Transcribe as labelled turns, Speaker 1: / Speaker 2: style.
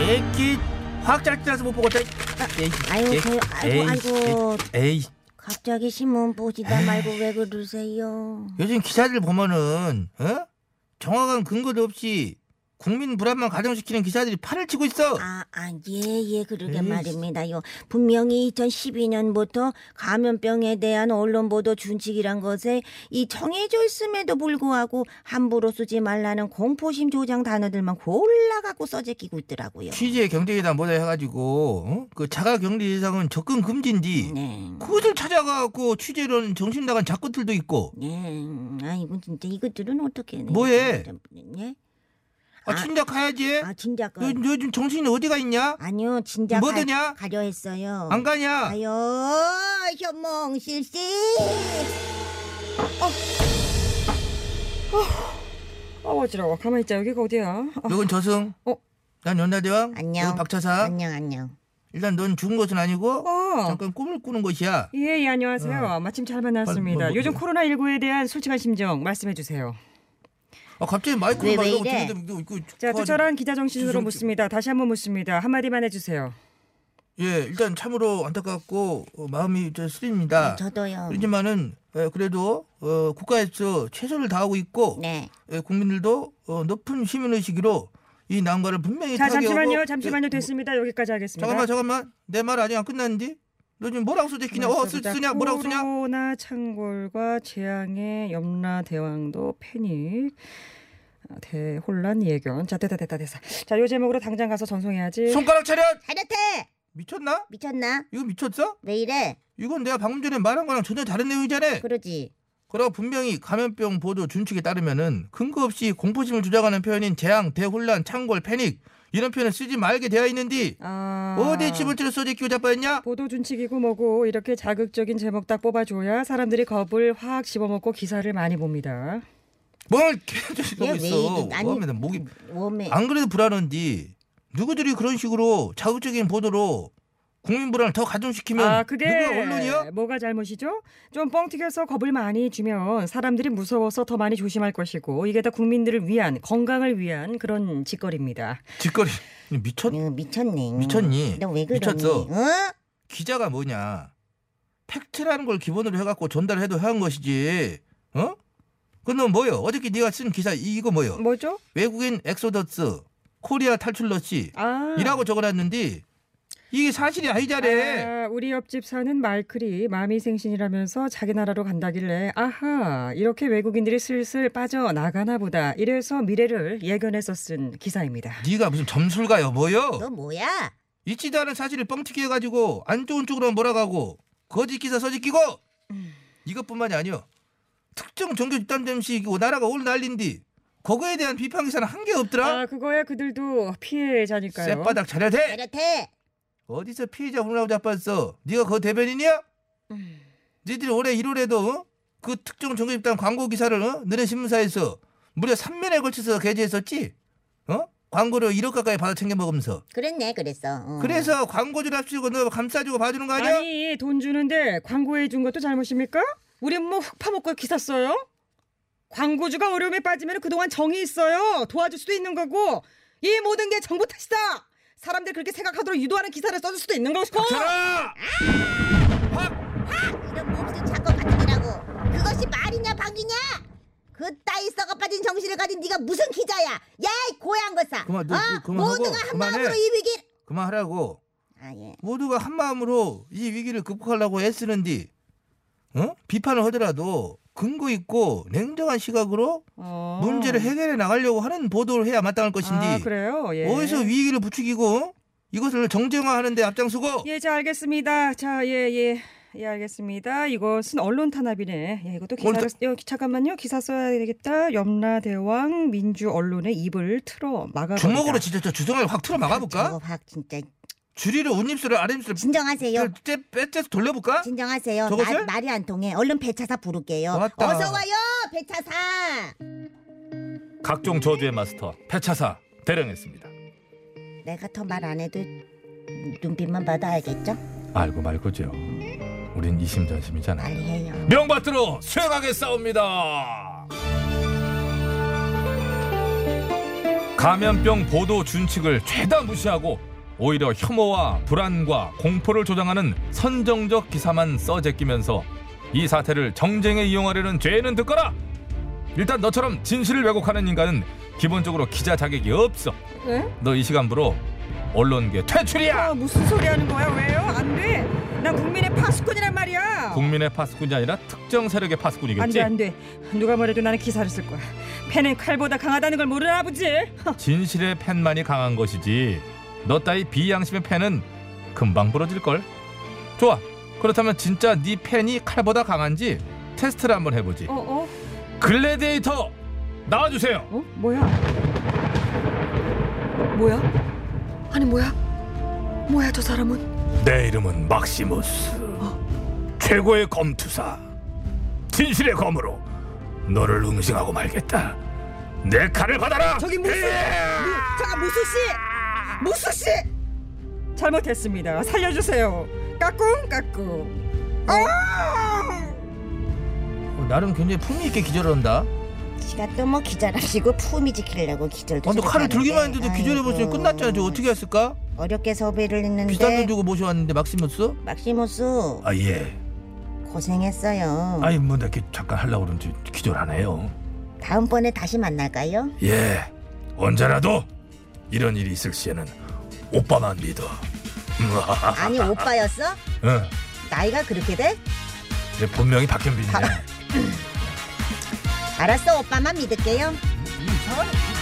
Speaker 1: 애기 확 잘라서 못 보겠다. 에이,
Speaker 2: 아이고,
Speaker 1: 에이, 예.
Speaker 2: 그, 아이고, 아이고.
Speaker 1: 에이,
Speaker 2: 갑자기 신문 보시다 말고 왜 그러세요?
Speaker 1: 요즘 기사들 보면은 어? 정확한 근거도 없이 국민 불안만 가중시키는 기사들이 팔을 치고 있어.
Speaker 2: 아, 아, 예, 예, 그러게
Speaker 1: 에이,
Speaker 2: 말입니다요. 분명히 2012년부터 감염병에 대한 언론 보도 준칙이란 것에 이 정해져 있음에도 불구하고 함부로 쓰지 말라는 공포심 조장 단어들만 골라 갖고 써제끼고 있더라고요.
Speaker 1: 취재 경쟁이다 뭐다 해가지고 어? 그 자가 격리 대상은 접근 금지인지
Speaker 2: 네.
Speaker 1: 그것을 찾아가고 취재로는 정신 나간 작것들도 있고
Speaker 2: 네. 아, 이건 진짜 이것들은 어떻게 해?
Speaker 1: 뭐해?
Speaker 2: 예?
Speaker 1: 아
Speaker 2: 아.
Speaker 1: 진작 가야지.
Speaker 2: 아, 진작
Speaker 1: 요,
Speaker 2: 가.
Speaker 1: 요즘 정신이 어디가 있냐?
Speaker 2: 아니요, 진작
Speaker 1: 뭐 드냐?
Speaker 2: 가, 가려 했어요.
Speaker 1: 안 가냐?
Speaker 2: 아유, 현몽실 씨.
Speaker 3: 어. 아 어지러워 가만히 있자 여기가 어디야 아,
Speaker 1: 요건 저승.
Speaker 3: 어?
Speaker 1: 난 연나대왕.
Speaker 2: 안녕.
Speaker 1: 요건 박차사.
Speaker 2: 안녕, 안녕.
Speaker 1: 일단 넌 죽은 것은 아니고
Speaker 3: 어.
Speaker 1: 잠깐 꿈을 꾸는 것이야.
Speaker 3: 예, 예 안녕하세요 마침 잘
Speaker 1: 뭐,
Speaker 3: 만났습니다
Speaker 1: 뭐,
Speaker 3: 요즘
Speaker 1: 뭐.
Speaker 3: 코로나19에 대한 솔직한 심정 말씀해 주세요
Speaker 1: 아 갑자기 마이크를
Speaker 2: 왜,
Speaker 1: 막
Speaker 2: 왜
Speaker 1: 이러고
Speaker 2: 이래?
Speaker 1: 들리는데 이거 이거
Speaker 3: 자
Speaker 1: 좋아하지.
Speaker 3: 투철한 기자 정신으로
Speaker 1: 주정-
Speaker 3: 묻습니다 다시 한번 묻습니다 한마디만 해주세요
Speaker 1: 예 일단 참으로 안타깝고 어, 마음이 저
Speaker 3: 네,
Speaker 1: 쓰립니다.
Speaker 2: 저도요.
Speaker 1: 그렇지만은 예, 그래도 어, 국가에서 최선을 다하고 있고
Speaker 2: 네.
Speaker 1: 예, 국민들도 어, 높은 시민 의식으로 이 난관을 분명히
Speaker 3: 자
Speaker 1: 타개하고
Speaker 3: 잠시만요 잠시만요
Speaker 1: 예,
Speaker 3: 됐습니다 여기까지 하겠습니다
Speaker 1: 잠깐만 잠깐만 내 말 아직 안 끝났는데 너 지금 뭐라고 써대기냐? 어 쓰,
Speaker 3: 보자.
Speaker 1: 쓰냐 뭐라고 쓰냐?
Speaker 3: 코로나 창궐과 재앙의 염라대왕도 패닉 아, 대혼란 예견 자 됐다 됐다 됐다 자요 제목으로 당장 가서 전송해야지
Speaker 1: 손가락 차렷
Speaker 2: 하려태!
Speaker 1: 미쳤나?
Speaker 2: 미쳤나?
Speaker 1: 이거 미쳤어?
Speaker 2: 왜 이래?
Speaker 1: 이건 내가 방금 전에 말한 거랑 전혀 다른 내용이잖아.
Speaker 2: 그러지.
Speaker 1: 그러고 분명히 감염병 보도 준칙에 따르면은 근거 없이 공포심을 조장하는 표현인 재앙, 대혼란, 창궐, 패닉 이런 표현을 쓰지 말게 되어 있는데
Speaker 3: 아...
Speaker 1: 어디 집어치로 써지기고 자빠졌냐?
Speaker 3: 보도 준칙이고 뭐고 이렇게 자극적인 제목 딱 뽑아줘야 사람들이 겁을 확 집어먹고 기사를 많이 봅니다.
Speaker 1: 뭘 계속
Speaker 2: 얘왜
Speaker 1: 있어?
Speaker 2: 이래? 아니- 네.
Speaker 1: 워맨은 목이 아,
Speaker 2: 웜에.
Speaker 1: 안 그래도 불안한데 누구들이 그런 식으로 자극적인 보도로 국민 불안을 더 가중시키면
Speaker 3: 아 그게
Speaker 1: 누구야 언론이야?
Speaker 3: 뭐가 잘못이죠? 좀 뻥튀겨서 겁을 많이 주면 사람들이 무서워서 더 많이 조심할 것이고 이게 다 국민들을 위한 건강을 위한 그런 짓거리입니다.
Speaker 1: 짓거리 미쳤
Speaker 2: 어, 미쳤네.
Speaker 1: 미쳤니?
Speaker 2: 너 왜 그러니?
Speaker 1: 미쳤어.
Speaker 2: 어?
Speaker 1: 기자가 뭐냐 팩트라는 걸 기본으로 해갖고 전달을 해도 해한 것이지 어? 그건 뭐요? 어저께 네가 쓴 기사 이- 이거 뭐요?
Speaker 3: 뭐죠?
Speaker 1: 외국인 엑소더스 코리아 탈출러시
Speaker 3: 아
Speaker 1: 이라고 적어놨는데 이게 사실이 아니잖아
Speaker 3: 아, 우리 옆집 사는 마이클이 마음이 생신이라면서 자기 나라로 간다길래 아하 이렇게 외국인들이 슬슬 빠져나가나 보다 이래서 미래를 예견해서 쓴 기사입니다.
Speaker 1: 네가 무슨 점술가요 뭐요?
Speaker 2: 너 뭐야?
Speaker 1: 있지도 않은 사실을 뻥튀기 해가지고 안 좋은 쪽으로 몰아가고 거짓 기사 써짓기고 이것뿐만이 아니요 특정 종교 집단 점식이고 나라가 올 난린디 거기에 대한 비판 기사는 한 개 없더라
Speaker 3: 아 그거야 그들도
Speaker 1: 그러니까?
Speaker 3: 피해자니까요.
Speaker 1: 쌔바닥 잘해야 돼
Speaker 2: 하려태!
Speaker 1: 어디서 피해자 혼라고 자빠졌어? 네가 그 대변인이야?
Speaker 3: 음.
Speaker 1: 니들 올해 1월에도 그 특정 종교 집단 광고 기사를 어? 너네 신문사에서 무려 3면에 걸쳐서 게재했었지? 어? 광고를 1억 가까이 받아 챙겨 먹으면서
Speaker 2: 그랬네, 그랬어. 어.
Speaker 1: 그래서 광고주를 합치고 너 감싸주고 봐주는 거 아니야?
Speaker 3: 아니 돈 주는데 광고해 준 것도 잘못입니까? 우린 뭐흙 파먹고 기사 써요? 광고주가 어려움에 빠지면 그동안 정이 있어요. 도와줄 수도 있는 거고 이 모든 게 정부 탓이다. 사람들 그렇게 생각하도록 유도하는 기사를 써줄 수도 있는 거고.
Speaker 1: 자!
Speaker 2: 이런 몹쓸 작업 같은이라고. 그것이 말이냐, 방귀냐? 그따위 썩어 빠진 정신을 가진 네가 무슨 기자야? 야, 이 고향 거사.
Speaker 1: 그만, 너,
Speaker 2: 어?
Speaker 1: 그- 그만하고
Speaker 2: 모두가 한
Speaker 1: 그만해.
Speaker 2: 마음으로 이 위기.
Speaker 1: 그만하라고
Speaker 2: 아, 예.
Speaker 1: 모두가 한마음으로 이 위기를 극복하려고 애쓰는디 어? 비판을 하더라도 근거 있고 냉정한 시각으로
Speaker 3: 어.
Speaker 1: 아, 문제를 해결해 나가려고 하는 보도를 해야 마땅할 것인데
Speaker 3: 아, 그래요? 예.
Speaker 1: 어디서 위기를 부추기고 이것을 정쟁화하는데 앞장서고
Speaker 3: 예, 자, 알겠습니다. 자, 예, 예. 예, 알겠습니다. 이것은 언론 탄압이네. 예, 이것도 기사를
Speaker 1: 언론
Speaker 3: 여, 잠깐만요. 기사 써야 되겠다. 염라 대왕 민주 언론의 입을 틀어
Speaker 2: 그러니까.
Speaker 3: 막아.
Speaker 1: 주먹으로 진짜 저 주성을 확 틀어
Speaker 2: 저거
Speaker 1: 막아볼까?
Speaker 2: 확 진짜
Speaker 1: 주리를 온입술을 아랫입술을
Speaker 2: 진정하세요.
Speaker 1: 빼떼서 돌려볼까?
Speaker 2: 진정하세요.
Speaker 1: 그 저것을?
Speaker 2: 말- 말이 안 통해. 얼른 배차사 부를게요.
Speaker 1: 왔다.
Speaker 2: 어서 와요, 배차사.
Speaker 4: 각종 저주의 마스터
Speaker 1: 어,
Speaker 4: 패차사 대령했습니다.
Speaker 2: 내가 더 말 안 해도 눈빛만 봐도 알겠죠?
Speaker 4: 알고 말고죠. 우린 이심전심이잖아요.
Speaker 2: 빨리 해요.
Speaker 4: 명받들어 수행하게 싸웁니다. 감염병 보도 준칙을 죄다 무시하고 오히려 혐오와 불안과 공포를 조장하는 선정적 기사만 써제끼면서 이 사태를 정쟁에 이용하려는 죄는 듣거라. 일단 너처럼 진실을 왜곡하는 인간은 기본적으로 기자 자격이 없어.
Speaker 3: 예?
Speaker 4: 너 이 시간부로 언론계 퇴출이야.
Speaker 3: 아, 무슨 소리 하는 거야? 왜요? 안 돼. 난 국민의 파수꾼이란 말이야.
Speaker 4: 국민의 파수꾼이 아니라 특정 세력의 파수꾼이겠지.
Speaker 3: 어. 안돼 안돼. 누가 뭐래도 나는 기사를 쓸 거야. 펜은 칼보다 강하다는 걸 모르나 아버지?
Speaker 4: 진실의 팬만이 강한 것이지 너 따위 비양심의 팬은 금방 부러질걸 좋아 그렇다면 진짜 네 팬이 칼보다 강한지 테스트를 한번 해보지
Speaker 3: 어 어?
Speaker 4: 글래디에이터 나와주세요
Speaker 3: 어? 뭐야? 뭐야? 아니 뭐야? 뭐야 저 사람은?
Speaker 4: 내 이름은 막시무스 최고의 검투사 진실의 검으로 너를 응징하고 말겠다 내 칼을 받아라 예!
Speaker 3: 저기 무슨? 무, 네, 잠깐 무수 씨! 무수 씨! 잘못했습니다. 살려주세요. 까꿍 까꿍.
Speaker 1: 나름 굉장히 품위 있게 기절을 한다. 아,
Speaker 2: 지가 또 뭐 기절하시고 품위 지키려고 기절도.
Speaker 1: 근데 아, 칼을
Speaker 2: 저렇게
Speaker 1: 들기만
Speaker 2: 하는데.
Speaker 1: 했는데 기절해버렸으니
Speaker 2: 아이고.
Speaker 1: 끝났잖아. 저 어떻게 했을까?
Speaker 2: 어렵게 섭외를
Speaker 1: 비싼
Speaker 2: 했는데
Speaker 1: 돈 주고 모셔왔는데 막시무스?
Speaker 2: 막시모스
Speaker 4: 아예
Speaker 2: 고생했어요.
Speaker 4: 아니 뭐 이렇게 잠깐 하려고 그런지 기절하네요
Speaker 2: 다음번에 다시 만날까요?
Speaker 4: 예, 언제라도 이런 일이 있을 시에는 오빠만 믿어.
Speaker 2: 아니 오빠였어?
Speaker 4: 응,
Speaker 2: 나이가 그렇게 돼?
Speaker 4: 내 본명이 박현빈이야.
Speaker 2: 알았어 오빠만 믿을게요.
Speaker 1: 이상하네.